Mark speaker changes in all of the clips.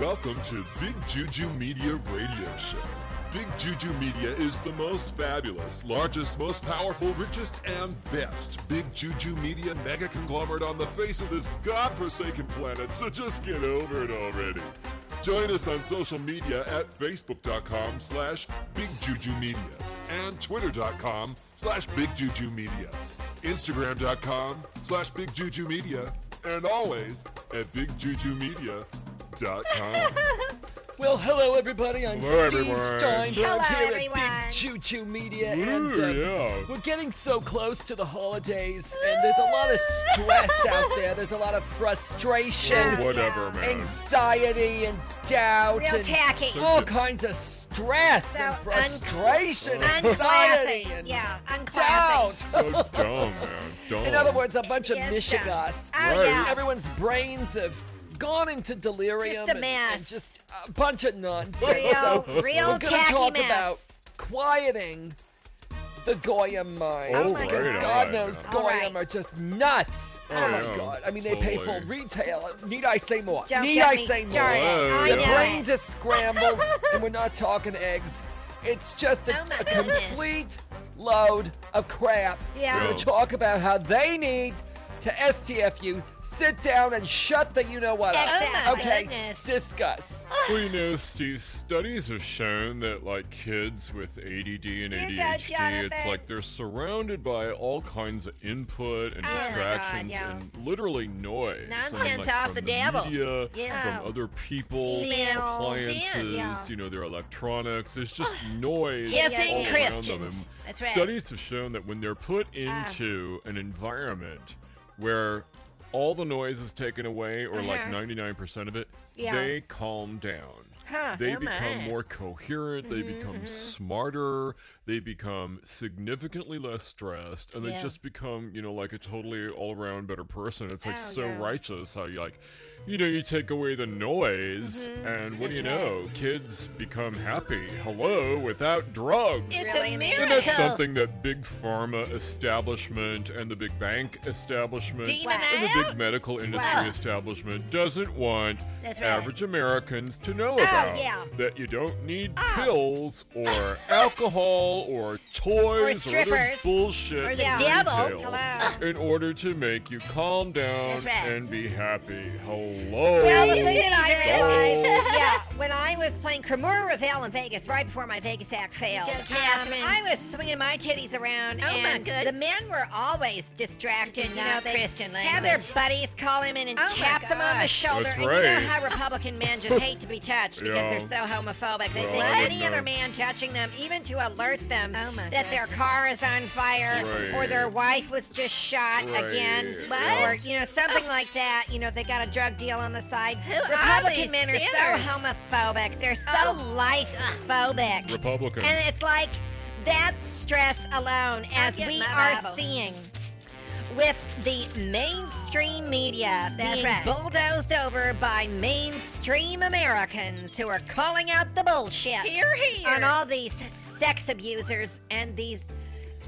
Speaker 1: Welcome to Big Juju Media Radio Show. Big Juju Media is the most fabulous, largest, most powerful, richest, and best Big Juju Media mega conglomerate on the face of this godforsaken planet, so just get over it already. Join us on social media at facebook.com slash bigjujumedia and twitter.com slash bigjujumedia, instagram.com slash bigjujumedia, and always at bigjujumedia.com.
Speaker 2: Well, hello everybody. I'm
Speaker 1: Hello,
Speaker 2: Steve
Speaker 1: everyone.
Speaker 2: Steinberg
Speaker 3: Hello,
Speaker 2: here at
Speaker 3: everyone.
Speaker 2: Big Choo Choo Media, and uh,
Speaker 1: Ooh, yeah.
Speaker 2: we're getting so close to the holidays, and there's a lot of stress out there. There's a lot of frustration,
Speaker 4: Oh,
Speaker 1: Whatever, man.
Speaker 2: anxiety, and doubt,
Speaker 3: Real
Speaker 2: and
Speaker 3: tacky.
Speaker 2: all kinds of stress and
Speaker 3: So uncla-
Speaker 2: frustration, and anxiety,
Speaker 3: Unclassy.
Speaker 2: and
Speaker 3: Yeah, unclassy.
Speaker 2: doubt.
Speaker 1: So dumb, man. Dumb.
Speaker 2: In other words, a bunch of
Speaker 3: Yes, dumb.
Speaker 2: Michigas.
Speaker 3: Oh, yeah.
Speaker 2: Everyone's brains have gone into delirium
Speaker 3: Just a
Speaker 2: and-
Speaker 3: mess.
Speaker 2: and just a bunch of nonsense.
Speaker 3: Real,
Speaker 2: We're
Speaker 3: real
Speaker 2: going to
Speaker 3: tacky
Speaker 2: talk
Speaker 3: mess.
Speaker 2: about quieting the Goyam mind.
Speaker 1: Oh,
Speaker 3: Oh my
Speaker 1: right
Speaker 3: God.
Speaker 2: God
Speaker 1: on.
Speaker 2: knows
Speaker 3: All right.
Speaker 2: Goyam are just nuts. Oh, my
Speaker 1: yeah.
Speaker 2: God. I mean, they pay full
Speaker 1: Totally.
Speaker 2: retail. Need I say more?
Speaker 3: Don't
Speaker 2: Need
Speaker 3: get
Speaker 2: I
Speaker 3: me
Speaker 2: say more?
Speaker 3: started.
Speaker 1: Oh,
Speaker 3: I
Speaker 1: yeah.
Speaker 2: The
Speaker 3: know
Speaker 2: brains
Speaker 3: it.
Speaker 2: are scrambled, and we're not talking eggs. It's just a,
Speaker 3: Oh, my
Speaker 2: a
Speaker 3: goodness.
Speaker 2: complete load of crap.
Speaker 3: Yeah.
Speaker 2: We're
Speaker 1: Yeah.
Speaker 2: going to talk about how they need to STFU sit down and shut the you know what up.
Speaker 3: Exactly. Oh, my
Speaker 2: okay,
Speaker 3: goodness.
Speaker 2: discuss.
Speaker 4: Well, you know, Steve, studies have shown that, like, kids with ADD and
Speaker 3: Here you go,
Speaker 4: ADHD, it's
Speaker 3: Jonathan.
Speaker 4: like they're surrounded by all kinds of input and
Speaker 3: Oh my God,
Speaker 4: distractions
Speaker 3: yeah.
Speaker 4: and literally noise. I mean,
Speaker 3: Nonsense
Speaker 4: like,
Speaker 3: off
Speaker 4: from
Speaker 3: the devil.
Speaker 4: Media,
Speaker 3: Yeah.
Speaker 4: From other people,
Speaker 3: Sin.
Speaker 4: appliances,
Speaker 3: Sin, yeah.
Speaker 4: you know, their electronics. There's just noise.
Speaker 3: Yes,
Speaker 4: all
Speaker 3: and
Speaker 4: around them.
Speaker 3: Christians. That's right.
Speaker 4: Studies have shown that when they're put
Speaker 3: Ah.
Speaker 4: into an environment where all the noise is taken away, or like
Speaker 3: Uh-huh.
Speaker 4: 99% of it,
Speaker 3: Yeah.
Speaker 4: they calm down.
Speaker 3: Huh, Mm-hmm,
Speaker 4: they
Speaker 3: am
Speaker 4: become
Speaker 3: I?
Speaker 4: more coherent. They become smarter. They become significantly less stressed, and they
Speaker 3: Yeah.
Speaker 4: just become, you know, like a totally all-around better person. It's like
Speaker 3: Oh,
Speaker 4: so
Speaker 3: yeah.
Speaker 4: righteous how you like, you know, you take away the noise, and what do you
Speaker 3: Mm-hmm. That's right.
Speaker 4: know? Kids become happy. Hello, without drugs.
Speaker 3: It's Really a
Speaker 4: and
Speaker 3: miracle.
Speaker 4: that's something that big pharma establishment and the big bank establishment
Speaker 3: Demon
Speaker 4: and the
Speaker 3: out.
Speaker 4: big medical industry
Speaker 3: Wow.
Speaker 4: establishment doesn't want
Speaker 3: That's right. Oh,
Speaker 4: average Americans to know about
Speaker 3: yeah. Ah.
Speaker 4: that you don't need pills or alcohol or toys or, other
Speaker 3: strippers.
Speaker 4: bullshit
Speaker 3: Or the
Speaker 4: in
Speaker 3: devil.
Speaker 4: retail
Speaker 3: Hello.
Speaker 4: in order to make you calm down
Speaker 3: That's right.
Speaker 4: and be happy. Hello.
Speaker 3: Well, the thing that I
Speaker 4: Oh.
Speaker 3: realized, yeah, when I was playing Cremora Reveal in Vegas, right before my Vegas act failed,
Speaker 5: Go,
Speaker 3: um,
Speaker 5: Catherine.
Speaker 3: I was swinging my titties around,
Speaker 5: Oh, my
Speaker 3: and
Speaker 5: good.
Speaker 3: the men were always distracted.
Speaker 5: This
Speaker 3: You
Speaker 5: is
Speaker 3: know,
Speaker 5: not
Speaker 3: they
Speaker 5: Christian
Speaker 3: had their
Speaker 5: language.
Speaker 3: buddies call him in and
Speaker 5: Oh, my
Speaker 3: tap them on the
Speaker 5: gosh.
Speaker 3: shoulder.
Speaker 4: That's
Speaker 3: and you
Speaker 4: right.
Speaker 3: know how Republican men just hate to be touched because
Speaker 4: Yeah.
Speaker 3: they're so homophobic. They
Speaker 4: Well,
Speaker 3: think
Speaker 4: I wouldn't
Speaker 3: any other
Speaker 4: know.
Speaker 3: man touching them, even to alert them
Speaker 5: Oh, my
Speaker 3: that their car is on fire
Speaker 4: Right.
Speaker 3: or their wife was just shot
Speaker 4: Right.
Speaker 3: again,
Speaker 4: What?
Speaker 3: or you know something like that. You know, they got a drug deal on the side.
Speaker 5: Oh. are
Speaker 3: Republican
Speaker 5: these
Speaker 3: men are
Speaker 5: sinners?
Speaker 3: so homophobic. They're so
Speaker 5: Oh.
Speaker 3: life phobic.
Speaker 4: Republicans.
Speaker 3: and it's like that stress alone, as
Speaker 5: get
Speaker 3: we
Speaker 5: my
Speaker 3: are
Speaker 5: Bible.
Speaker 3: seeing with the mainstream media
Speaker 5: That's
Speaker 3: being
Speaker 5: right.
Speaker 3: bulldozed over by mainstream Americans who are calling out the bullshit
Speaker 5: Here, here.
Speaker 3: on all these sex abusers and these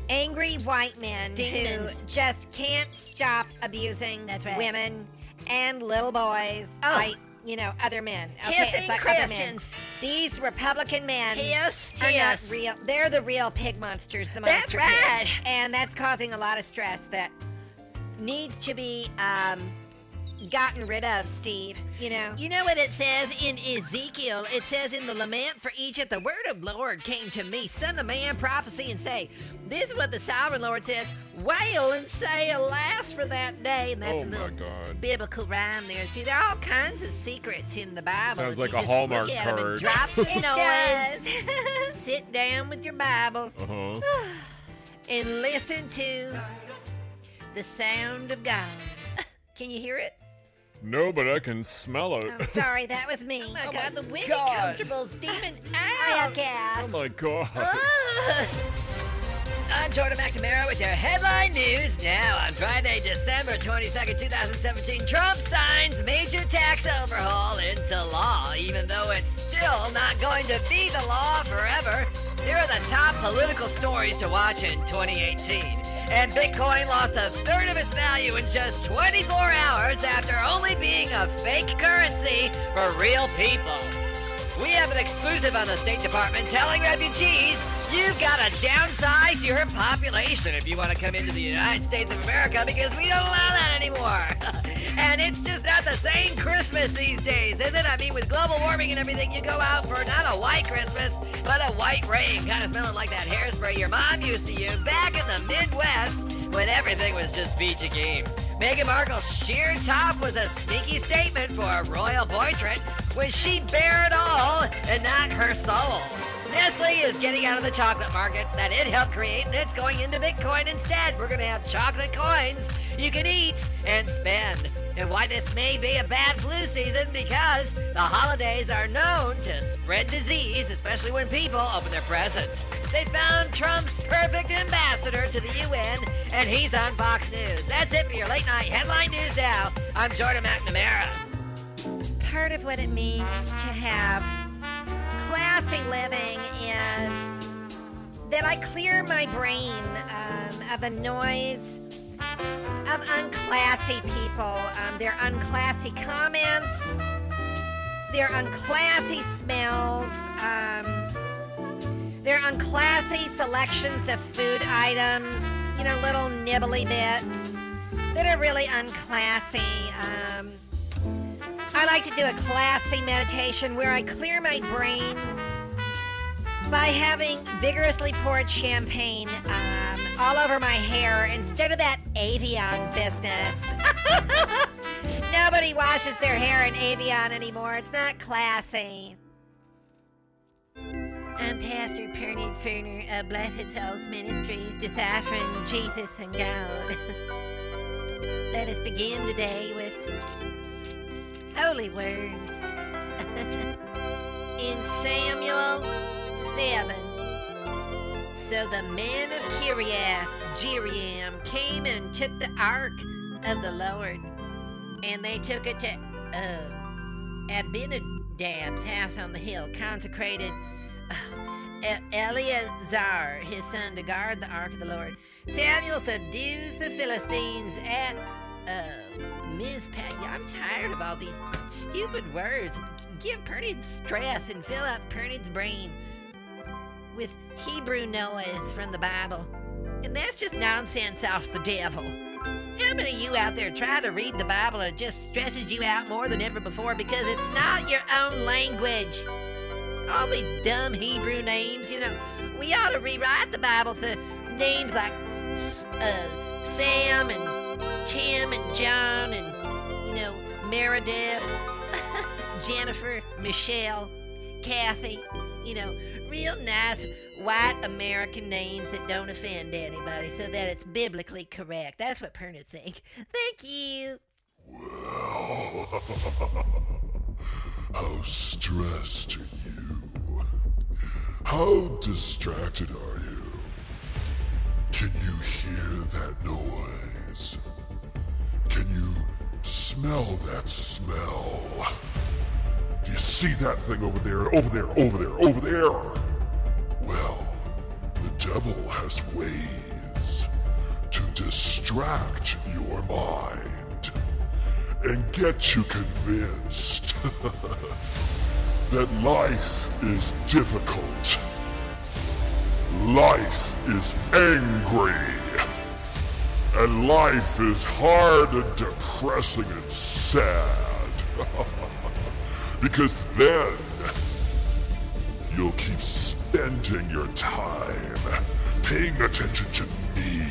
Speaker 3: angry white men
Speaker 5: Demons.
Speaker 3: who just can't stop abusing
Speaker 5: That's right.
Speaker 3: women and little boys
Speaker 5: Oh.
Speaker 3: by, you know, other men.
Speaker 5: Hissing
Speaker 3: by other men.
Speaker 5: Christians.
Speaker 3: These Republican men
Speaker 5: Yes,
Speaker 3: are not
Speaker 5: yes.
Speaker 3: uh, real. They're the real pig monsters, the
Speaker 5: That's
Speaker 3: monster
Speaker 5: right.
Speaker 3: pigs. And that's causing a lot of stress that needs to be um, gotten rid of, Steve, you know?
Speaker 5: You know what it says in Ezekiel? It says in the lament for Egypt, the word of Lord came to me, son of man, prophecy, and say, This is what the sovereign Lord says, wail and say, alas for that day. And that's
Speaker 4: oh
Speaker 5: a
Speaker 4: my
Speaker 5: little
Speaker 4: God.
Speaker 5: biblical rhyme there. See, there are all kinds of secrets in the Bible.
Speaker 4: Sounds
Speaker 5: If
Speaker 4: like
Speaker 5: you
Speaker 4: a
Speaker 5: just
Speaker 4: Hallmark
Speaker 5: look at 'em and
Speaker 4: card.
Speaker 5: Drop
Speaker 3: It
Speaker 5: the noise. Sit down with your Bible.
Speaker 4: Uh huh.
Speaker 5: and listen to the sound of God. Can you hear it?
Speaker 4: No, but I can smell it.
Speaker 3: I'm sorry, that was me.
Speaker 5: Oh my
Speaker 2: Oh
Speaker 5: God,
Speaker 2: my
Speaker 5: the wind
Speaker 2: God.
Speaker 5: comfortable steaming
Speaker 3: I
Speaker 5: out.
Speaker 3: don't care.
Speaker 4: Oh my God.
Speaker 5: Ugh. I'm Jordan McNamara with your headline news now on Friday, December 22nd, 2017. Trump signs major tax overhaul into law, even though it's still not going to be the law forever. Here are the top political stories to watch in 2018. and Bitcoin lost a third of its value in just 24 hours after only being a fake currency for real people. We have an exclusive on the State Department telling refugees you've got to downsize your population if you want to come into the United States of America because we don't allow that anymore. and it's just not the same Christmas these days, is it? I mean, with global warming and everything, you go out for not a white Christmas, but a white rain, kind of smelling like that hairspray your mom used to use back in the Midwest when everything was just beach and game. Meghan Markle's sheer top was a sneaky statement for a royal portrait when she'd bare it all and not her soul. Nestle is getting out of the chocolate market that it helped create and it's going into Bitcoin instead. We're going to have chocolate coins you can eat and spend. And why this may be a bad flu season because the holidays are known to spread disease, especially when people open their presents. They found Trump's perfect ambassador to the UN, and he's on Fox News. That's it for your late night headline news now. I'm Jordan McNamara.
Speaker 3: Part of what it means to have classy living is that I clear my brain um, of the noise of unclassy people, um, their unclassy comments, their unclassy smells, um, their unclassy selections of food items, you know, little nibbly bits that are really unclassy. Um, I like to do a classy meditation where I clear my brain by having vigorously poured champagne um, all over my hair instead of that Avion business. Nobody washes their hair in Avion anymore. It's not classy. I'm Pastor Pernod Ferner of Blessed Souls Ministries, deciphering Jesus and God. Let us begin today with holy words in Samuel 7. So the men of Kiriath Jearim came and took the ark of the Lord, and they took it to uh, Abinadab's house on the hill, consecrated uh, Eleazar, his son, to guard the ark of the Lord. Samuel subdues the Philistines at uh, Mizpah. Yeah, I'm tired of all these stupid words. Give Pernod stress and fill up Pernod's brain with Hebrew Noahs from the Bible. And that's just nonsense off the devil. How many of you out there try to read the Bible and it just stresses you out more than ever before because it's not your own language? All these dumb Hebrew names, you know. We ought to rewrite the Bible to names like S- uh, Sam and Tim and John and, you know, Meredith, Jennifer, Michelle, Kathy, you know, real nice white American names that don't offend anybody so that it's biblically correct. That's what Perna think. Thank you.
Speaker 1: How stressed are you? How distracted are you? Can you hear that noise? Can you smell that smell? Do you see that thing over there, over there, over there, over there? Well, the devil has ways to distract your mind and get you convinced that life is difficult. Life is angry. And life is hard and depressing and sad. because then you'll keep spending your time paying attention to me,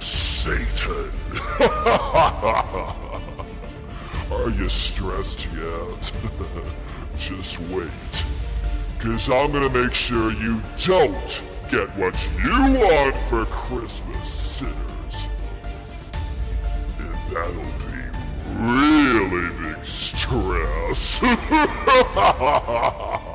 Speaker 1: Satan. Are you stressed yet? Just wait. Because I'm going to make sure you don't get what you want for Christmas, sinners. And that'll be really big stress.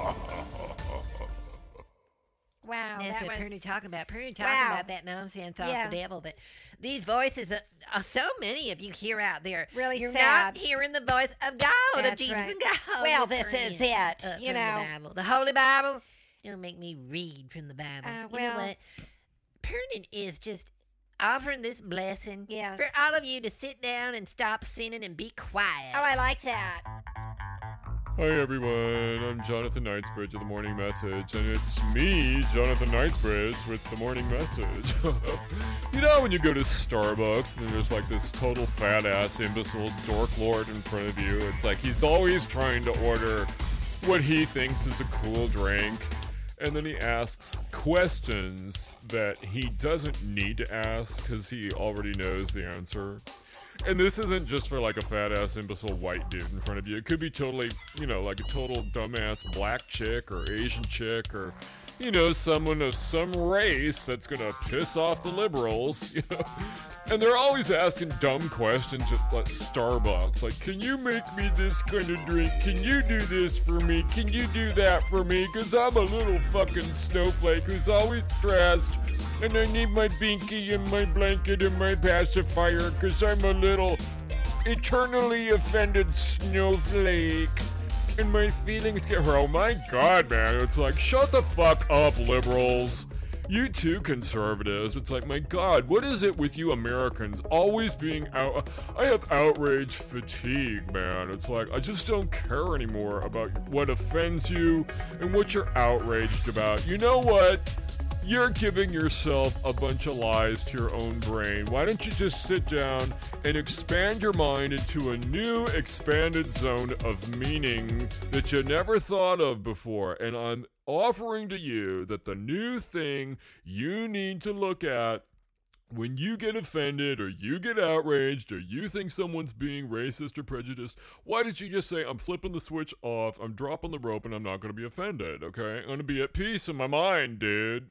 Speaker 3: Wow.
Speaker 5: That's
Speaker 3: that
Speaker 5: what
Speaker 3: was-
Speaker 5: Pernod talking about. Pernod talking
Speaker 3: Wow.
Speaker 5: about that nonsense off
Speaker 3: Yeah.
Speaker 5: the devil. That these voices, are, are so many of you hear out there.
Speaker 3: Really
Speaker 5: you're
Speaker 3: sad.
Speaker 5: not hearing the voice of God, of
Speaker 3: That's
Speaker 5: Jesus
Speaker 3: right.
Speaker 5: and God.
Speaker 3: Well,
Speaker 5: You're
Speaker 3: this is
Speaker 5: turning,
Speaker 3: it,
Speaker 5: uh,
Speaker 3: you
Speaker 5: from
Speaker 3: know.
Speaker 5: the Bible, the Holy Bible. It'll make me read from the Bible.
Speaker 3: Uh,
Speaker 5: you know
Speaker 3: well,
Speaker 5: what?
Speaker 3: Pernin is just offering this blessing
Speaker 5: Yes.
Speaker 3: for all of you to sit down and stop sinning and be quiet.
Speaker 5: Oh, I like that.
Speaker 4: Hi everyone, I'm Jonathan Knightsbridge of the Morning Message, and it's me, Jonathan Knightsbridge, with the Morning Message. you know when you go to Starbucks and there's like this total fat ass imbecile dork lord in front of you? It's like he's always trying to order what he thinks is a cool drink, and then he asks questions that he doesn't need to ask because he already knows the answer. And this isn't just for like a fat ass imbecile white dude in front of you. It could be totally, you know, like a total dumbass black chick or Asian chick or, you know, someone of some race that's gonna piss off the liberals. You know, and they're always asking dumb questions at like Starbucks, like, "Can you make me this kind of drink? Can you do this for me? Can you do that for me? Cause I'm a little fucking snowflake who's always stressed." And I need my binky and my blanket and my pacifier because I'm a little eternally offended snowflake. And my feelings get. Oh my god, man. It's like, shut the fuck up, liberals. You too, conservatives. It's like, my god, what is it with you Americans always being out? I have outrage fatigue, man. It's like, I just don't care anymore about what offends you and what you're outraged about. You know what? You're giving yourself a bunch of lies to your own brain. Why don't you just sit down and expand your mind into a new expanded zone of meaning that you never thought of before? And I'm offering to you that the new thing you need to look at when you get offended or you get outraged or you think someone's being racist or prejudiced, why did you just say, I'm flipping the switch off, I'm dropping the rope, and I'm not going to be offended, okay? I'm going to be at peace in my mind, dude.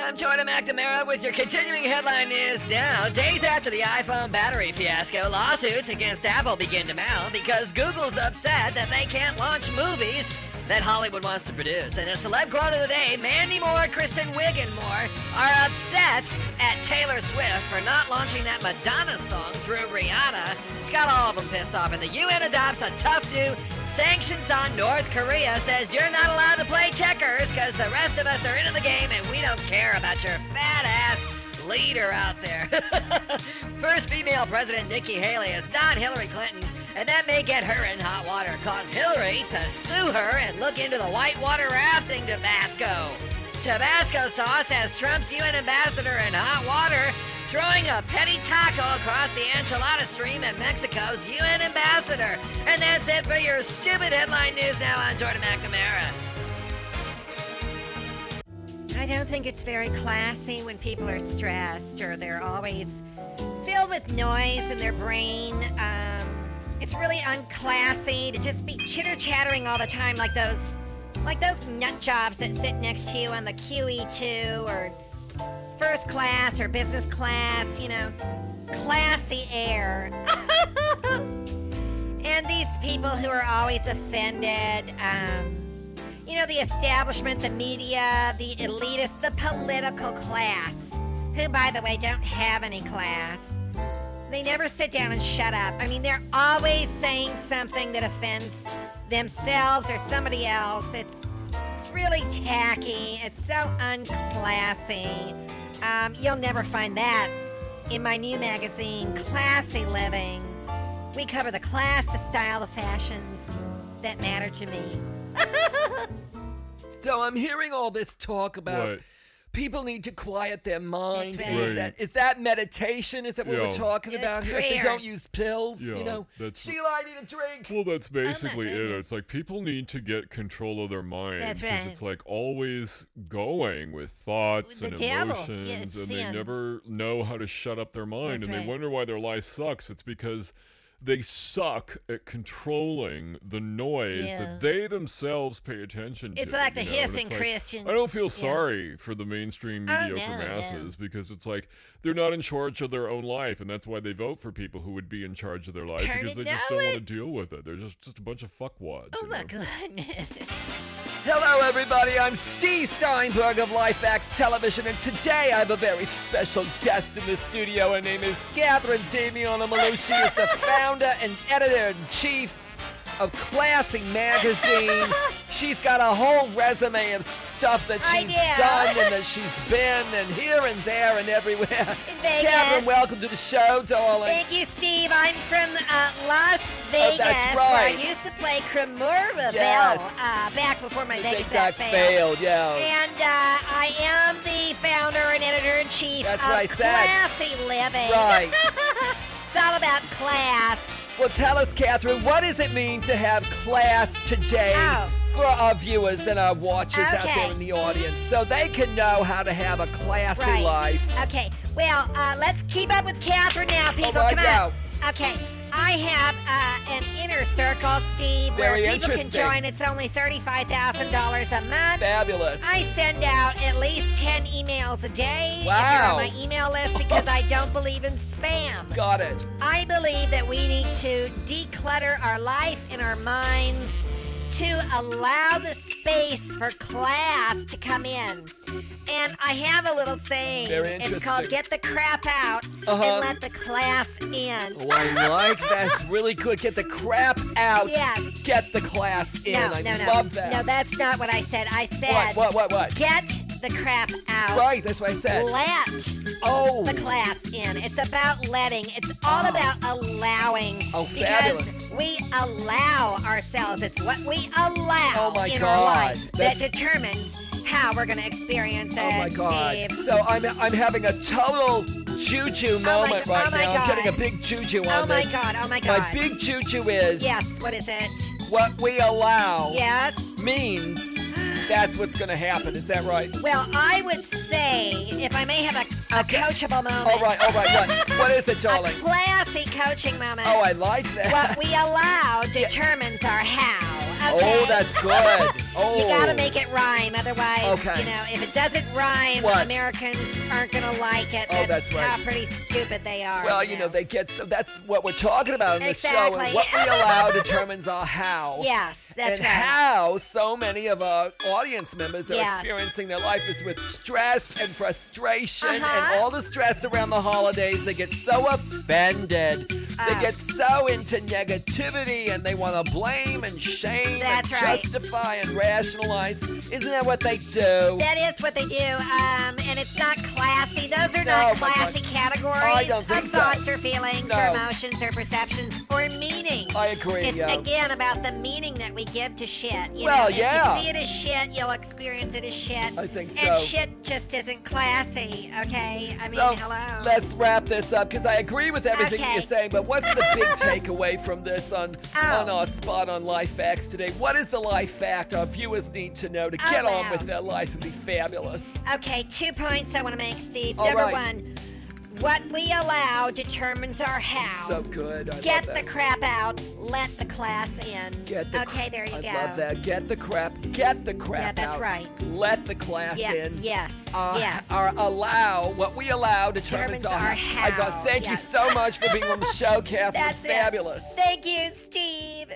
Speaker 5: I'm Jordan McNamara with your continuing headline news now. Days after the iPhone battery fiasco, lawsuits against Apple begin to mount because Google's upset that they can't launch movies that Hollywood wants to produce. And a celeb quote of the day, Mandy Moore, Kristen Wiig, and more are upset at Taylor Swift for not launching that Madonna song through Rihanna. It's got all of them pissed off. And the UN adopts a tough new Sanctions on North Korea says you're not allowed to play checkers because the rest of us are into the game and we don't care about your fat ass leader out there. First female president Nikki Haley is not Hillary Clinton, and that may get her in hot water, cause Hillary to sue her and look into the whitewater rafting Tabasco. Tabasco sauce has Trump's UN ambassador in hot water, throwing a petty taco across the enchilada stream at Mexico's UN ambassador. And that's it for your stupid headline news now on Jordan McNamara.
Speaker 3: I don't think it's very classy when people are stressed or they're always filled with noise in their brain. Um, it's really unclassy to just be chitter chattering all the time, like those, like those nut jobs that sit next to you on the QE2 or first class or business class. You know, classy air. and these people who are always offended. Um, you know, the establishment, the media, the elitists, the political class, who, by the way, don't have any class. They never sit down and shut up. I mean, they're always saying something that offends themselves or somebody else. It's, it's really tacky. It's so unclassy. Um, you'll never find that in my new magazine, Classy Living. We cover the class, the style, the fashions that matter to me.
Speaker 2: So I'm hearing all this talk about
Speaker 4: Right.
Speaker 2: people need to quiet their mind.
Speaker 3: That's
Speaker 2: Is,
Speaker 4: right.
Speaker 2: that, is that meditation? Is that what we're
Speaker 4: Yeah.
Speaker 2: talking
Speaker 3: It's
Speaker 2: about here? If they
Speaker 3: prayer.
Speaker 2: don't use pills, you
Speaker 4: Yeah,
Speaker 2: know.
Speaker 4: that's-
Speaker 2: Sheila, I need a drink.
Speaker 4: Well, that's basically it.
Speaker 3: oh goodness.
Speaker 4: It's like people need to get control of their mind.
Speaker 3: That's
Speaker 4: 'cause
Speaker 3: right.
Speaker 4: It's like always going with thoughts
Speaker 3: The
Speaker 4: and
Speaker 3: devil. Yeah,
Speaker 4: emotions,
Speaker 3: it's
Speaker 4: and they
Speaker 3: sin.
Speaker 4: never know how to shut up their mind,
Speaker 3: That's
Speaker 4: and
Speaker 3: right.
Speaker 4: they wonder why their life sucks. It's because they suck at controlling the noise
Speaker 3: Yeah.
Speaker 4: that they themselves pay attention to.
Speaker 3: It's like the
Speaker 4: you know, and it's
Speaker 3: hissing
Speaker 4: like,
Speaker 3: Christians.
Speaker 4: I don't feel sorry for the mainstream
Speaker 3: Oh,
Speaker 4: mediocre
Speaker 3: no, no.
Speaker 4: masses because it's like they're not in charge of their own life, and that's why they vote for people who would be in charge of their life
Speaker 3: Turn
Speaker 4: because
Speaker 3: it
Speaker 4: they just don't
Speaker 3: down.
Speaker 4: want to deal with it. They're just just a bunch of fuckwads.
Speaker 3: Oh
Speaker 4: you
Speaker 3: my
Speaker 4: know?
Speaker 3: goodness.
Speaker 2: Hello, everybody. I'm Steve Steinberg of LifeX Television, and today I have a very special guest in the studio. Her name is Catherine Damiano Malou. She is the founder and editor in chief of Classic Magazine. She's got a whole resume of stuff that
Speaker 3: I
Speaker 2: she's
Speaker 3: know.
Speaker 2: done and that she's been and here and there and everywhere.
Speaker 3: In Vegas.
Speaker 2: Catherine, welcome to the show, darling.
Speaker 3: Thank you, Steve. I'm from uh, Las Vegas.
Speaker 2: Oh, right.
Speaker 3: Where I used to play Cremora
Speaker 2: Yes.
Speaker 3: Bell uh, back before my
Speaker 2: The
Speaker 3: Vegas
Speaker 2: Big
Speaker 3: Act
Speaker 2: Doc failed, yeah.
Speaker 3: And uh, I am the founder and editor in chief
Speaker 2: That's
Speaker 3: of
Speaker 2: what I said.
Speaker 3: Classy Living.
Speaker 2: Right.
Speaker 3: it's all about class.
Speaker 2: Well, tell us, Catherine, what does it mean to have class today
Speaker 3: Oh.
Speaker 2: for our viewers and our watchers out there
Speaker 3: Okay.
Speaker 2: in the audience so they can know how to have a classy
Speaker 3: Right.
Speaker 2: life?
Speaker 3: Okay. Well, uh, let's keep up with Catherine now, people.
Speaker 2: right
Speaker 3: Come
Speaker 2: now.
Speaker 3: on. Okay. I have uh, an inner circle, Steve,
Speaker 2: Very
Speaker 3: where people can
Speaker 2: interesting.
Speaker 3: join. It's only $35,000 a month.
Speaker 2: Fabulous.
Speaker 3: I send out at least 10 emails a day. if you're
Speaker 2: Wow.
Speaker 3: on my email list because I don't believe in spam.
Speaker 2: Got it.
Speaker 3: I believe that we need to declutter our life and our minds to allow the space for class to come in. And I have a little saying.
Speaker 2: Very
Speaker 3: It's called
Speaker 2: interesting.
Speaker 3: get the crap out
Speaker 2: Uh-huh.
Speaker 3: and let the class in.
Speaker 2: Oh, I like that's really good. Get the crap out.
Speaker 3: Yes.
Speaker 2: Get the class in.
Speaker 3: no,
Speaker 2: I
Speaker 3: no, no.
Speaker 2: love that.
Speaker 3: No, that's not what I said. I said
Speaker 2: What, what, what, what?
Speaker 3: get the crap out.
Speaker 2: Right, that's what I said.
Speaker 3: Let
Speaker 2: oh,
Speaker 3: the class in. It's about letting. It's all about allowing.
Speaker 2: Oh,
Speaker 3: because
Speaker 2: fabulous.
Speaker 3: we allow ourselves. It's what we allow
Speaker 2: Oh, my
Speaker 3: in
Speaker 2: God.
Speaker 3: our life
Speaker 2: That's-
Speaker 3: that determines how we're going to experience it.
Speaker 2: oh my God.
Speaker 3: Steve.
Speaker 2: So I'm I'm having a total juju
Speaker 3: my
Speaker 2: moment
Speaker 3: go-
Speaker 2: right
Speaker 3: oh my
Speaker 2: now. I'm
Speaker 3: God.
Speaker 2: getting a big juju on
Speaker 3: Oh my
Speaker 2: this.
Speaker 3: God. Oh my God.
Speaker 2: My big juju is
Speaker 3: Yes. What is it?
Speaker 2: what we allow
Speaker 3: Yes.
Speaker 2: means that's what's going to happen. Is that right?
Speaker 3: Well, I would say if I may have a, a coachable moment.
Speaker 2: All right, all right, what? What is it, darling?
Speaker 3: A classy coaching moment.
Speaker 2: Oh, I like that.
Speaker 3: what we allow determines our how. okay?
Speaker 2: Oh, that's good. Oh.
Speaker 3: You gotta make it rhyme, otherwise,
Speaker 2: Okay.
Speaker 3: you know, if it doesn't rhyme,
Speaker 2: What?
Speaker 3: Americans aren't gonna like it.
Speaker 2: Oh, that's right.
Speaker 3: how pretty stupid they are.
Speaker 2: Well, you know, they get so that's what we're talking about in this show, and
Speaker 3: Exactly.
Speaker 2: what we allow determines our how.
Speaker 3: Yes, that's
Speaker 2: and
Speaker 3: right.
Speaker 2: how so many of our audience members are
Speaker 3: Yeah.
Speaker 2: experiencing their life is with stress and frustration and
Speaker 3: Uh-huh.
Speaker 2: all the stress around the holidays. They get so offended. They
Speaker 3: Oh.
Speaker 2: get so into negativity and they want to blame and shame
Speaker 3: That's
Speaker 2: and
Speaker 3: right.
Speaker 2: justify and rationalize. Isn't that what they do?
Speaker 3: That is what they do, um, and it's not classy. Those are
Speaker 2: No,
Speaker 3: not
Speaker 2: my God.
Speaker 3: classy categories
Speaker 2: I don't think
Speaker 3: of
Speaker 2: so.
Speaker 3: thoughts or feelings or
Speaker 2: No.
Speaker 3: emotions or perceptions or meaning.
Speaker 2: I agree,
Speaker 3: It's
Speaker 2: yeah.
Speaker 3: again about the meaning that we give to shit. You
Speaker 2: Well,
Speaker 3: know,
Speaker 2: yeah.
Speaker 3: If you see it as shit, you'll experience it as shit.
Speaker 2: I think
Speaker 3: And
Speaker 2: so.
Speaker 3: shit just isn't classy, okay? I mean,
Speaker 2: So
Speaker 3: hello.
Speaker 2: let's wrap this up because I agree with everything
Speaker 3: Okay.
Speaker 2: you're saying. But what's the big takeaway from this on
Speaker 3: Oh.
Speaker 2: on our spot on life facts today? What is the life fact our viewers need to know to
Speaker 3: Oh,
Speaker 2: get on
Speaker 3: wow.
Speaker 2: with their life and be fabulous?
Speaker 3: Okay, two points I want to make, Steve.
Speaker 2: All
Speaker 3: Number
Speaker 2: right.
Speaker 3: one, what we allow determines our how.
Speaker 2: So good. I
Speaker 3: Get
Speaker 2: love
Speaker 3: the
Speaker 2: that.
Speaker 3: crap out, let the class in.
Speaker 2: Get the
Speaker 3: okay, there you
Speaker 2: I
Speaker 3: go.
Speaker 2: love that. Get the crap. Get the crap
Speaker 3: Yeah, that's
Speaker 2: out.
Speaker 3: right.
Speaker 2: Let the class
Speaker 3: Yeah,
Speaker 2: in.
Speaker 3: yes,
Speaker 2: Uh,
Speaker 3: yes.
Speaker 2: Our allow what we allow determines,
Speaker 3: Determines our
Speaker 2: I got.
Speaker 3: how.
Speaker 2: Thank
Speaker 3: Yes.
Speaker 2: you so much for being on the show, Catherine.
Speaker 3: That's it.
Speaker 2: fabulous.
Speaker 3: Thank you, Steve.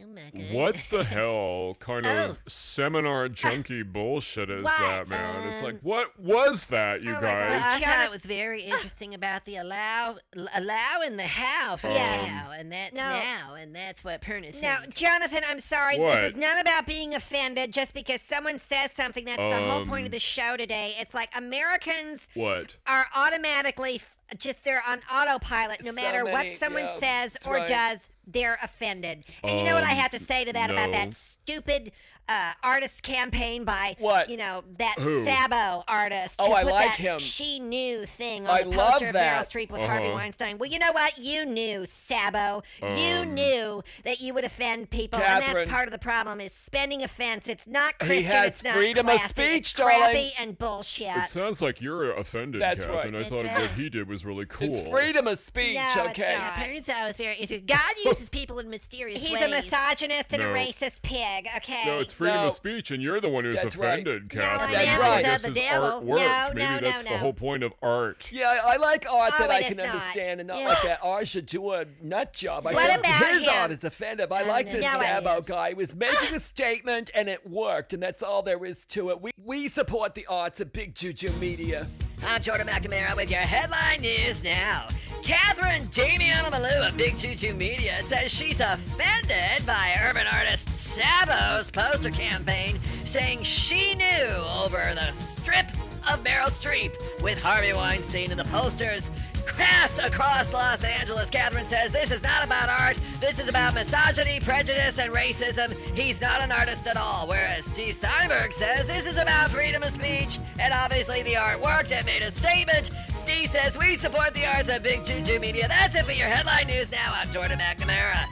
Speaker 3: Oh my God.
Speaker 4: What the hell kind
Speaker 3: Oh.
Speaker 4: of seminar junkie bullshit is
Speaker 3: What?
Speaker 4: that, man? it's like,
Speaker 3: Um,
Speaker 4: what was that, you
Speaker 3: oh my
Speaker 4: guys?
Speaker 3: God.
Speaker 5: I
Speaker 3: Shut
Speaker 5: thought
Speaker 3: up.
Speaker 5: it was very interesting about the allow l- allowing the how for
Speaker 3: Yeah.
Speaker 5: now, and that's
Speaker 3: No.
Speaker 5: now, and that's what Perna said.
Speaker 3: Now, Jonathan, I'm sorry.
Speaker 4: What?
Speaker 3: This is not about being offended just because someone says something. That's the whole point
Speaker 4: Um,
Speaker 3: of the show today. It's like Americans
Speaker 4: What?
Speaker 3: are automatically f- just they're on autopilot no
Speaker 2: So
Speaker 3: matter
Speaker 2: many,
Speaker 3: what someone
Speaker 2: yeah,
Speaker 3: says
Speaker 2: that's
Speaker 3: or
Speaker 2: right.
Speaker 3: does they're offended and you know what i
Speaker 4: Um,
Speaker 3: have to say to that about
Speaker 4: no.
Speaker 3: that stupid uh, artist campaign by
Speaker 2: What?
Speaker 3: you know that
Speaker 4: Who?
Speaker 3: Sabo artist.
Speaker 2: Oh,
Speaker 3: who
Speaker 2: I
Speaker 3: put
Speaker 2: like
Speaker 3: that
Speaker 2: him.
Speaker 3: She knew thing on
Speaker 2: I
Speaker 3: the
Speaker 2: love
Speaker 3: poster of Meryl
Speaker 2: that.
Speaker 3: Streep with Harvey
Speaker 4: Uh-huh.
Speaker 3: Weinstein. Well, you know what? You knew Sabo. you
Speaker 4: Um,
Speaker 3: knew that you would offend people, and
Speaker 2: Catherine.
Speaker 3: that's part of the problem. Is spending offense. It's not
Speaker 2: He
Speaker 3: Christian.
Speaker 2: has
Speaker 3: it's not
Speaker 2: freedom of
Speaker 3: classy,
Speaker 2: speech,
Speaker 3: it's
Speaker 2: darling.
Speaker 3: crappy and bullshit.
Speaker 4: It sounds like you're offended,
Speaker 2: That's
Speaker 4: Catherine.
Speaker 2: right.
Speaker 4: I
Speaker 5: That's
Speaker 4: thought
Speaker 5: right.
Speaker 4: what he did was really cool.
Speaker 2: It's freedom of speech.
Speaker 3: No, it's
Speaker 2: okay.
Speaker 3: not.
Speaker 5: Perna thought it was very interesting. God uses people in mysterious
Speaker 3: He's
Speaker 5: ways.
Speaker 3: a misogynist and
Speaker 4: No.
Speaker 3: a racist pig, okay?
Speaker 4: No, it's freedom
Speaker 2: No.
Speaker 4: of speech, and you're the one who's
Speaker 2: That's right.
Speaker 4: offended,
Speaker 3: No,
Speaker 4: Catherine.
Speaker 2: that's
Speaker 4: I
Speaker 2: right.
Speaker 5: Said
Speaker 4: guess
Speaker 5: the
Speaker 4: it's
Speaker 5: devil.
Speaker 4: artwork.
Speaker 3: No,
Speaker 4: Maybe
Speaker 3: no,
Speaker 4: that's
Speaker 3: no,
Speaker 4: the
Speaker 3: no.
Speaker 4: whole point of art.
Speaker 2: Yeah, I like art
Speaker 3: Oh,
Speaker 2: that I
Speaker 3: it is
Speaker 2: can
Speaker 3: not.
Speaker 2: understand and not
Speaker 3: Yeah.
Speaker 2: like that art should do a nut job. I
Speaker 3: What
Speaker 2: think
Speaker 3: about
Speaker 2: his
Speaker 3: him?
Speaker 2: art is offensive. I
Speaker 5: No,
Speaker 2: like
Speaker 5: no,
Speaker 2: this
Speaker 3: no, it
Speaker 2: Sabo
Speaker 5: is.
Speaker 2: guy. He was making a statement and it worked, and that's all there is to it. We we support the arts at Big Juju Media.
Speaker 5: I'm Jordan McNamara with your headline news now. Catherine Damiana Malou of Big Choo Choo Media says she's offended by urban artist Sabo's poster campaign
Speaker 3: saying she knew over the strip of Meryl Streep with Harvey Weinstein in the posters. Cast across Los Angeles, Catherine says, This is not about art. This is about misogyny, prejudice, and racism. He's not an artist at all. Whereas Steve Steinberg says, This is about freedom of speech and obviously the artwork that made a statement. Steve says, We support the arts at Big Juju Media. That's it for your headline news now. I'm Jordan McNamara.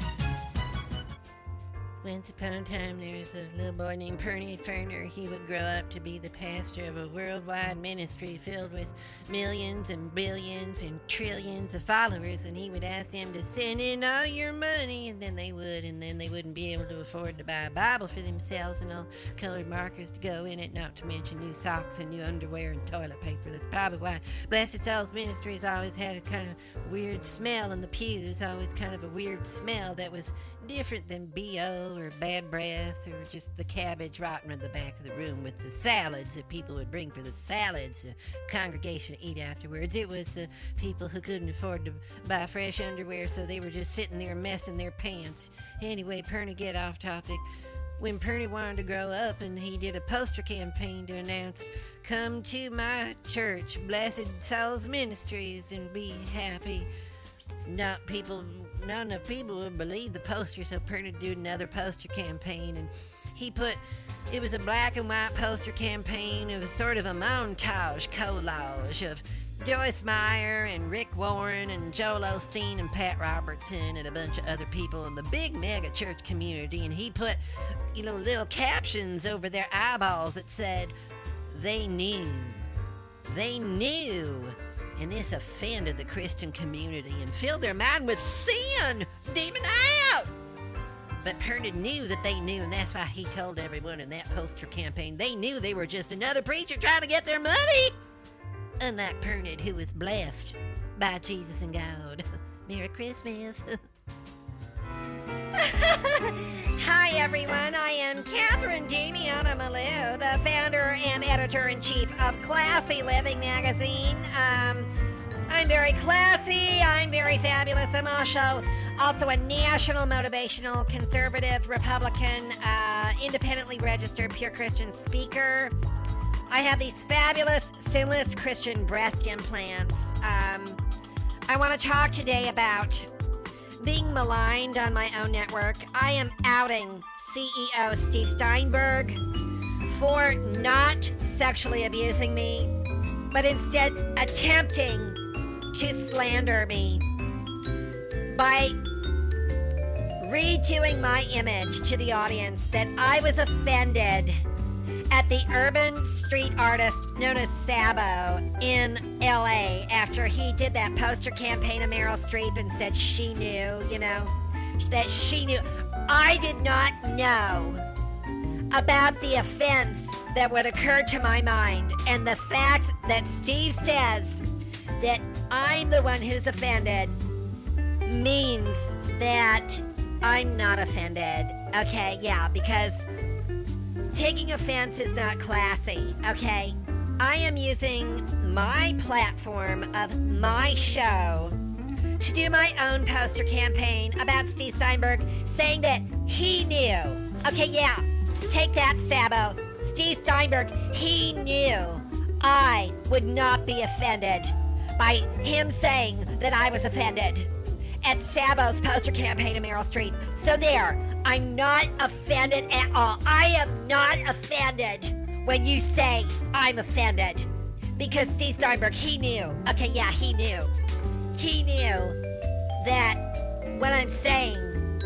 Speaker 5: Once upon a time, there was a little boy named Perny Turner. He would grow up to be the pastor of a worldwide ministry filled with millions and billions and trillions of followers. And he would ask them to send in all your money, and then they would, and then they wouldn't be able to afford to buy a Bible for themselves and all colored markers to go in it, not to mention new socks and new underwear and toilet paper. That's probably why Blessed Souls Ministries always had a kind of weird smell in the pews, always kind of a weird smell that was different than BO or bad breath or just the cabbage rotting in the back of the room with the salads that people would bring for the salads the congregation to eat afterwards. It was the people who couldn't afford to buy fresh underwear, so they were just sitting there messing their pants. Anyway, Perna, get off topic. When Perny wanted to grow up, and he did a poster campaign to announce, "Come to my church, Blessed Souls Ministries, and be happy." not people not enough people would believe the poster so Perna did another poster campaign and he put it was a black and white poster campaign it was sort of a montage collage of Joyce Meyer and Rick Warren and Joel Osteen and Pat Robertson and a bunch of other people in the big mega church community and he put you know little captions over their eyeballs that said they knew they knew and this offended the Christian community and filled their mind with sin. Demon out! But Perna knew that they knew, and that's why he told everyone in that poster campaign they knew they were just another preacher trying to get their money. Unlike Pernod, who was blessed by Jesus and God. Merry Christmas.
Speaker 3: Hi, everyone. I am Catherine Damiana Malou, the founder and editor in chief of Classy Living magazine. Um, I'm very classy. I'm very fabulous. I'm also also a national motivational conservative Republican, uh, independently registered pure Christian speaker. I have these fabulous sinless Christian breast implants. Um, I want to talk today about being maligned on my own network, I am outing CEO Steve Steinberg for not sexually abusing me, but instead attempting to slander me by redoing my image to the audience that I was offended at the urban street artist known as Sabo in LA after he did that poster campaign of Meryl Streep and said she knew, you know, that she knew. I did not know about the offense that would occur to my mind and the fact that Steve says that I'm the one who's offended means that I'm not offended. Okay, yeah, because taking offense is not classy, okay? I am using my platform of my show to do my own poster campaign about Steve Steinberg saying that he knew. Okay, yeah, take that, Sabo. Steve Steinberg, he knew I would not be offended by him saying that I was offended at Sabo's poster campaign of Meryl Streep. So there, I'm not offended at all. I am not offended when you say I'm offended. Because Steve Steinberg, he knew. Okay, yeah, he knew. He knew that what I'm saying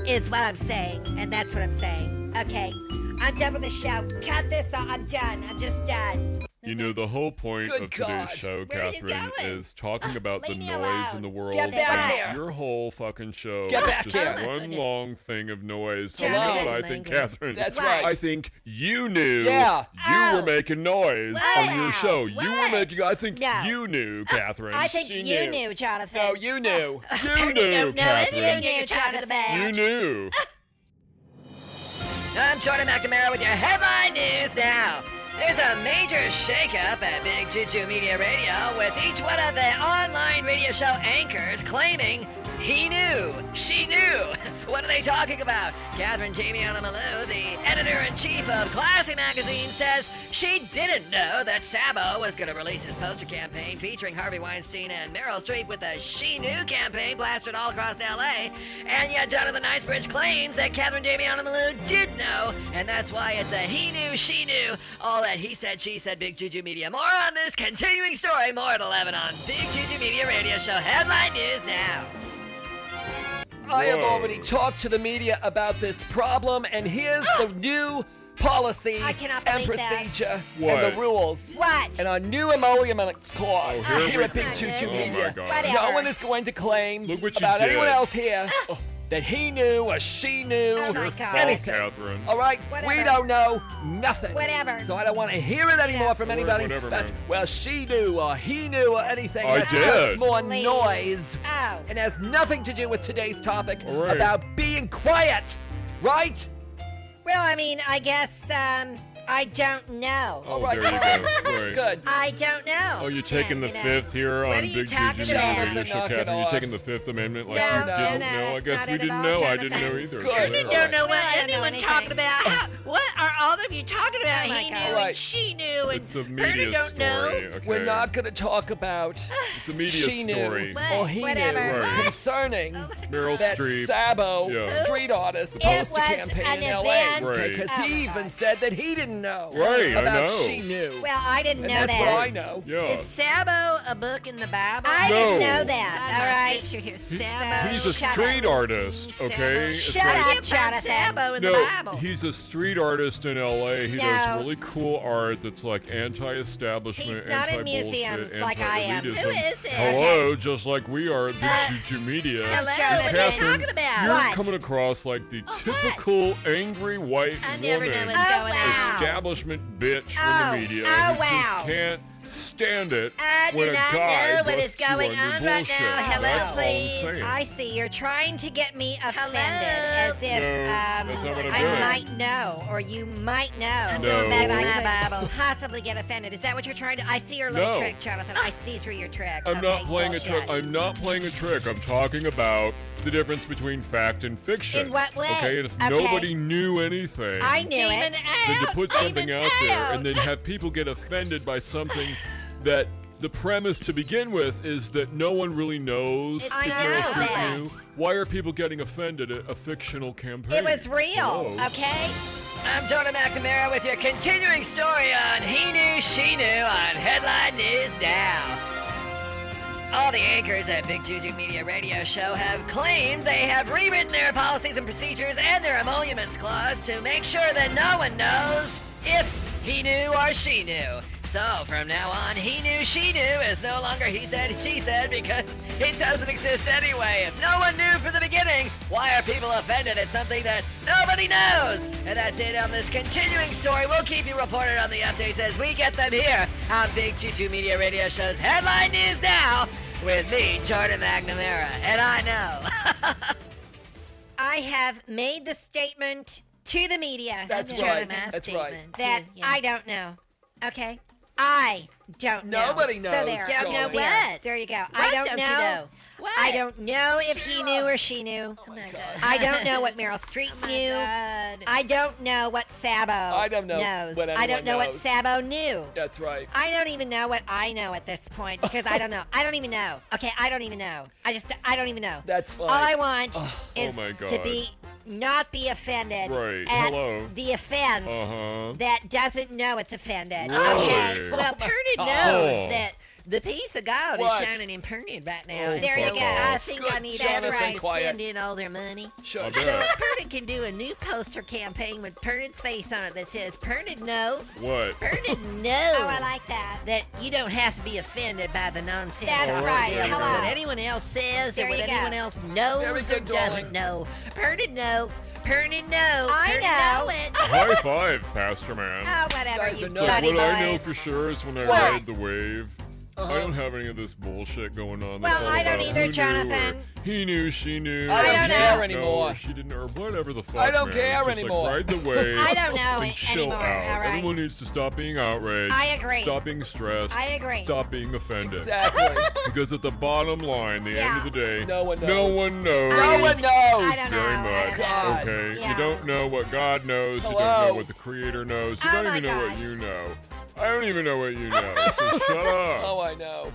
Speaker 3: is what I'm saying, and that's what I'm saying. Okay, I'm done with the show. Cut this off. I'm done. I'm just done.
Speaker 4: You know, the whole point
Speaker 2: Good
Speaker 4: of
Speaker 2: God.
Speaker 4: today's show,
Speaker 3: Where are you
Speaker 4: Catherine,
Speaker 3: going?
Speaker 4: is talking about the
Speaker 3: leave me
Speaker 4: noise
Speaker 3: alone.
Speaker 4: in the world.
Speaker 2: Get back
Speaker 4: and
Speaker 2: here.
Speaker 4: Your whole fucking show
Speaker 2: Get
Speaker 4: is
Speaker 2: back
Speaker 4: just
Speaker 2: here.
Speaker 4: one long thing of noise.
Speaker 2: Hello.
Speaker 4: You know what I think,
Speaker 5: Language.
Speaker 4: Catherine?
Speaker 2: That's
Speaker 3: Right.
Speaker 2: right.
Speaker 4: I think you knew
Speaker 2: Yeah.
Speaker 4: you
Speaker 3: Oh.
Speaker 4: were making noise on your
Speaker 3: Wow.
Speaker 4: show. You were
Speaker 3: What?
Speaker 4: making, I think
Speaker 3: No.
Speaker 4: you knew, Catherine.
Speaker 3: I think
Speaker 4: She
Speaker 3: you knew, Jonathan.
Speaker 2: No, you knew.
Speaker 4: You knew,
Speaker 3: don't know anything,
Speaker 4: Catherine.
Speaker 3: you knew, Jonathan.
Speaker 4: You knew.
Speaker 3: I'm Jordan McNamara with your headline news now. There's a major shakeup at Big Juju Media Radio with each one of the online radio show anchors claiming He knew. She knew. What are they talking about? Catherine Damiana Malou, the editor-in-chief of Classy Magazine, says she didn't know that Sabo was going to release his poster campaign featuring Harvey Weinstein and Meryl Streep with a She Knew campaign plastered all across L.A. And yet Jonathan Knightsbridge claims that Catherine Damiana Malou did know, and that's why it's a he knew, she knew, all that he said, she said, Big Juju Media. More on this continuing story, more at 11 on Big Juju Media Radio Show. Headline News Now.
Speaker 2: I have
Speaker 4: Whoa.
Speaker 2: already talked to the media about this problem, and here's the new policy
Speaker 6: I cannot
Speaker 2: and
Speaker 6: believe that.
Speaker 2: procedure
Speaker 4: What?
Speaker 2: and the rules.
Speaker 6: What?
Speaker 2: and our new emolium and its clause
Speaker 4: Oh, here
Speaker 2: here
Speaker 4: we
Speaker 2: at Big
Speaker 4: go.
Speaker 2: Choo Choo
Speaker 4: Oh my
Speaker 2: Media.
Speaker 4: God.
Speaker 6: Whatever.
Speaker 2: No one is going to claim
Speaker 4: Look what you
Speaker 2: about
Speaker 4: did.
Speaker 2: anyone else here that he knew or she knew
Speaker 6: Oh, my
Speaker 2: or
Speaker 6: God.
Speaker 4: Fall,
Speaker 2: anything.
Speaker 4: Catherine.
Speaker 2: All right, we
Speaker 6: Whatever.
Speaker 2: don't know nothing.
Speaker 6: Whatever.
Speaker 2: So I don't want to hear it anymore from
Speaker 4: Whatever,
Speaker 2: anybody.
Speaker 4: whatever,
Speaker 2: That's-
Speaker 4: man.
Speaker 2: well, she knew or he knew or anything.
Speaker 4: I
Speaker 2: That's
Speaker 4: did.
Speaker 2: Just more
Speaker 6: Please.
Speaker 2: noise.
Speaker 6: Oh.
Speaker 2: And has nothing to do with today's topic
Speaker 4: All right.
Speaker 2: about being quiet, right?
Speaker 6: Well, I mean, I guess um, I don't know.
Speaker 4: Oh,
Speaker 2: right.
Speaker 4: there you go. All right.
Speaker 2: Good.
Speaker 6: I don't know.
Speaker 4: Oh, you're taking the
Speaker 6: Yeah, you know.
Speaker 4: fifth here
Speaker 6: What
Speaker 4: on
Speaker 6: are you
Speaker 4: Big
Speaker 6: talking
Speaker 4: Juju
Speaker 6: about?
Speaker 4: Media Radio
Speaker 2: Jonathan,
Speaker 4: Show,
Speaker 2: knock it
Speaker 4: Catherine. You're
Speaker 2: off.
Speaker 4: taking the Fifth Amendment like
Speaker 6: No,
Speaker 4: you
Speaker 6: no, no,
Speaker 4: didn't know. I
Speaker 6: it's
Speaker 4: guess
Speaker 6: not it
Speaker 4: we
Speaker 6: at
Speaker 4: didn't
Speaker 6: all,
Speaker 4: know. I didn't
Speaker 6: Jonathan.
Speaker 4: know either.
Speaker 2: Good.
Speaker 4: So there,
Speaker 2: You
Speaker 4: all
Speaker 2: don't
Speaker 4: right.
Speaker 6: know what anyone talking
Speaker 3: about. What are all of you talking about?
Speaker 6: He knew
Speaker 2: and Right.
Speaker 3: she knew
Speaker 4: It's a media story. Okay.
Speaker 2: We're not going to talk about
Speaker 4: It's a media
Speaker 2: she
Speaker 4: story.
Speaker 2: knew or he
Speaker 6: Whatever. Oh
Speaker 2: knew
Speaker 4: Right.
Speaker 2: concerning
Speaker 4: Meryl
Speaker 2: that
Speaker 4: Streep.
Speaker 2: Sabo,
Speaker 4: Yeah.
Speaker 2: street artist,
Speaker 6: It
Speaker 2: poster
Speaker 6: was
Speaker 2: campaign
Speaker 6: an
Speaker 2: in L.A.
Speaker 6: event.
Speaker 4: Right.
Speaker 2: Because
Speaker 6: Oh my
Speaker 2: he even
Speaker 6: God.
Speaker 2: said that he didn't know
Speaker 4: Right, I
Speaker 2: about
Speaker 4: know.
Speaker 2: she knew.
Speaker 6: Well, I didn't
Speaker 2: and
Speaker 6: know
Speaker 2: that's
Speaker 6: that.
Speaker 2: what I know.
Speaker 4: Yeah.
Speaker 5: Is Sabo a book in the Bible?
Speaker 6: I didn't
Speaker 4: No.
Speaker 6: know that. All right.
Speaker 5: Picture here. Sabo.
Speaker 4: He's a
Speaker 6: Shut up.
Speaker 4: street artist, okay? It's
Speaker 6: Shut
Speaker 4: like-
Speaker 6: up,
Speaker 5: Shut up,
Speaker 6: Jonathan.
Speaker 5: Sabo in the
Speaker 4: No,
Speaker 5: Bible.
Speaker 4: he's a street artist in LA. He does
Speaker 6: No.
Speaker 4: really cool art that's like anti-establishment,
Speaker 6: He's not in
Speaker 4: anti-bullshit,
Speaker 6: museums like I am. Who Uh,
Speaker 4: anti-elitism.
Speaker 5: is it?
Speaker 4: Hello, just like we are at Big Juju Media.
Speaker 5: Hello,
Speaker 6: Jonathan.
Speaker 5: what are you talking about?
Speaker 4: You're
Speaker 6: What?
Speaker 4: coming across like the
Speaker 5: what?
Speaker 4: typical angry white
Speaker 5: I never
Speaker 4: woman,
Speaker 5: know what's
Speaker 6: Oh,
Speaker 5: going
Speaker 6: wow.
Speaker 5: on.
Speaker 4: establishment bitch
Speaker 6: Oh,
Speaker 4: in the media
Speaker 6: oh,
Speaker 4: who
Speaker 6: wow.
Speaker 4: just can't stand it
Speaker 5: I do
Speaker 4: when a
Speaker 5: not
Speaker 4: guy
Speaker 5: know what
Speaker 4: busts
Speaker 5: is
Speaker 4: you
Speaker 5: going
Speaker 4: on your
Speaker 5: on
Speaker 4: bullshit.
Speaker 5: right now. Hello,
Speaker 4: That's
Speaker 5: please.
Speaker 4: all I'm saying.
Speaker 6: I see. You're trying to get me offended as
Speaker 5: Hello?
Speaker 6: if
Speaker 4: No,
Speaker 6: um,
Speaker 4: that's not what I'm
Speaker 6: I
Speaker 4: doing.
Speaker 6: might know or you might know
Speaker 4: No.
Speaker 6: that I could possibly get offended. Is that what you're trying to? I see your little
Speaker 4: No.
Speaker 6: trick, Jonathan. I see through your trick.
Speaker 4: I'm
Speaker 6: Okay,
Speaker 4: not playing a
Speaker 6: bullshit.
Speaker 4: trick. I'm not playing a trick. I'm talking about the difference between fact and fiction.
Speaker 6: In what way?
Speaker 4: Okay, and if
Speaker 6: Okay.
Speaker 4: nobody knew anything,
Speaker 6: I knew it.
Speaker 4: then to put something out there and then have people get offended by something that the premise to begin with is that no one really knows
Speaker 6: It's
Speaker 4: if
Speaker 6: not
Speaker 4: Meryl Streep
Speaker 6: that.
Speaker 4: knew. Why are people getting offended at a fictional campaign?
Speaker 6: It was real,
Speaker 4: Hello.
Speaker 6: okay?
Speaker 3: I'm Jonah McNamara with your continuing story on He Knew, She Knew on Headline News Now. All the anchors at Big Juju Media Radio Show have claimed they have rewritten their policies and procedures and their emoluments clause to make sure that no one knows if he knew or she knew. So from now on, he knew, she knew is no longer he said, she said because it doesn't exist anyway. If no one knew from the beginning, why are people offended at something that nobody knows? And that's it on this continuing story. We'll keep you reported on the updates as we get them here on Big Choo Choo Media Radio Show's Headline News Now with me, Jordan McNamara. And I know.
Speaker 6: I have made the statement to the media
Speaker 2: That's
Speaker 5: Yeah.
Speaker 2: right.
Speaker 5: Jonathan.
Speaker 2: That's right.
Speaker 5: Statement.
Speaker 6: that
Speaker 5: Yeah.
Speaker 6: I don't know. Okay? I don't know.
Speaker 2: Nobody knows,
Speaker 6: So there.
Speaker 5: Don't know
Speaker 6: there.
Speaker 5: what?
Speaker 6: There you go. I
Speaker 5: What
Speaker 6: don't,
Speaker 5: don't
Speaker 6: know.
Speaker 5: you know? What?
Speaker 6: I don't know if he knew or she knew.
Speaker 4: Oh
Speaker 6: I don't know what Meryl Streep knew.
Speaker 5: Oh God.
Speaker 6: I don't know what Sabo
Speaker 2: I don't know
Speaker 6: knows.
Speaker 2: what
Speaker 6: I don't
Speaker 2: anyone
Speaker 6: know what
Speaker 2: knows.
Speaker 6: Sabo knew.
Speaker 2: That's right.
Speaker 6: I don't even know what I know at this point because I don't know. I don't even know. Okay, I don't even know. I just I don't even know.
Speaker 2: That's fine.
Speaker 6: All I want
Speaker 4: Oh
Speaker 6: is
Speaker 4: my
Speaker 6: to
Speaker 4: God.
Speaker 6: be not be offended
Speaker 4: Right.
Speaker 6: at
Speaker 4: Hello.
Speaker 6: the offense
Speaker 4: Uh-huh.
Speaker 6: that doesn't know it's offended.
Speaker 4: Really?
Speaker 5: Okay. Well, Pernod
Speaker 4: Oh.
Speaker 5: knows that the piece of God is
Speaker 2: What?
Speaker 5: shining in Pernod right now.
Speaker 4: Oh,
Speaker 5: and
Speaker 6: There you
Speaker 5: so
Speaker 6: go.
Speaker 5: I think I
Speaker 2: Good
Speaker 5: need
Speaker 2: Jonathan,
Speaker 5: everybody to
Speaker 2: quiet.
Speaker 5: send in all their money.
Speaker 2: Sure.
Speaker 4: I
Speaker 5: You know,
Speaker 4: bet.
Speaker 5: Pernod can do a new poster campaign with Pernod's face on it that says, Pernod no,
Speaker 4: What?
Speaker 5: Pernod no.
Speaker 6: Oh, I like that.
Speaker 5: that you don't have to be offended by the nonsense.
Speaker 6: That's
Speaker 2: Oh,
Speaker 5: out
Speaker 6: right.
Speaker 5: there.
Speaker 6: Hello.
Speaker 5: What anyone else says
Speaker 6: There
Speaker 5: or what
Speaker 6: you go.
Speaker 5: anyone else knows
Speaker 2: Very
Speaker 5: or
Speaker 2: good, darling.
Speaker 5: doesn't know. Pernod no, Pernod no,
Speaker 6: I
Speaker 5: Pernod
Speaker 6: know.
Speaker 5: it.
Speaker 4: High five, Pastor Man.
Speaker 6: Oh, whatever
Speaker 2: Guys
Speaker 6: you
Speaker 2: are
Speaker 4: So
Speaker 2: Buddy
Speaker 4: what
Speaker 6: bloody
Speaker 4: I
Speaker 6: boy.
Speaker 4: know for sure is when I
Speaker 6: What?
Speaker 4: ride the wave,
Speaker 2: Uh-huh.
Speaker 4: I don't have any of this bullshit going on.
Speaker 3: Well,
Speaker 4: that's all
Speaker 3: I don't
Speaker 4: about
Speaker 3: either,
Speaker 4: who knew or
Speaker 3: Jonathan.
Speaker 4: He knew, she knew.
Speaker 2: I
Speaker 4: he
Speaker 2: don't
Speaker 4: didn't
Speaker 2: care
Speaker 4: know,
Speaker 2: anymore.
Speaker 4: She didn't, or whatever the fuck.
Speaker 2: I don't
Speaker 4: man.
Speaker 2: care
Speaker 4: Just,
Speaker 2: anymore.
Speaker 4: Like, ride the wave.
Speaker 3: I don't know
Speaker 4: and
Speaker 3: it
Speaker 4: chill
Speaker 3: anymore,
Speaker 4: out.
Speaker 3: all right.
Speaker 4: Everyone needs to stop being outraged.
Speaker 3: I agree.
Speaker 4: Stop being stressed.
Speaker 3: I agree.
Speaker 4: Stop being offended.
Speaker 2: Exactly.
Speaker 4: Because at the bottom line, the end
Speaker 3: Yeah.
Speaker 4: of the day,
Speaker 2: No one
Speaker 4: No
Speaker 2: knows.
Speaker 4: one knows.
Speaker 2: no one
Speaker 3: I
Speaker 2: knows.
Speaker 3: don't
Speaker 4: Very
Speaker 3: know.
Speaker 4: much.
Speaker 3: I
Speaker 2: God.
Speaker 4: Okay. You
Speaker 3: Yeah.
Speaker 4: don't know what God knows. You don't
Speaker 2: Hello.
Speaker 4: know what the Creator knows. You
Speaker 3: Oh
Speaker 4: don't
Speaker 3: my
Speaker 4: even know what
Speaker 3: God.
Speaker 4: you know. I don't even know what you know. So shut up.
Speaker 2: Oh, I know.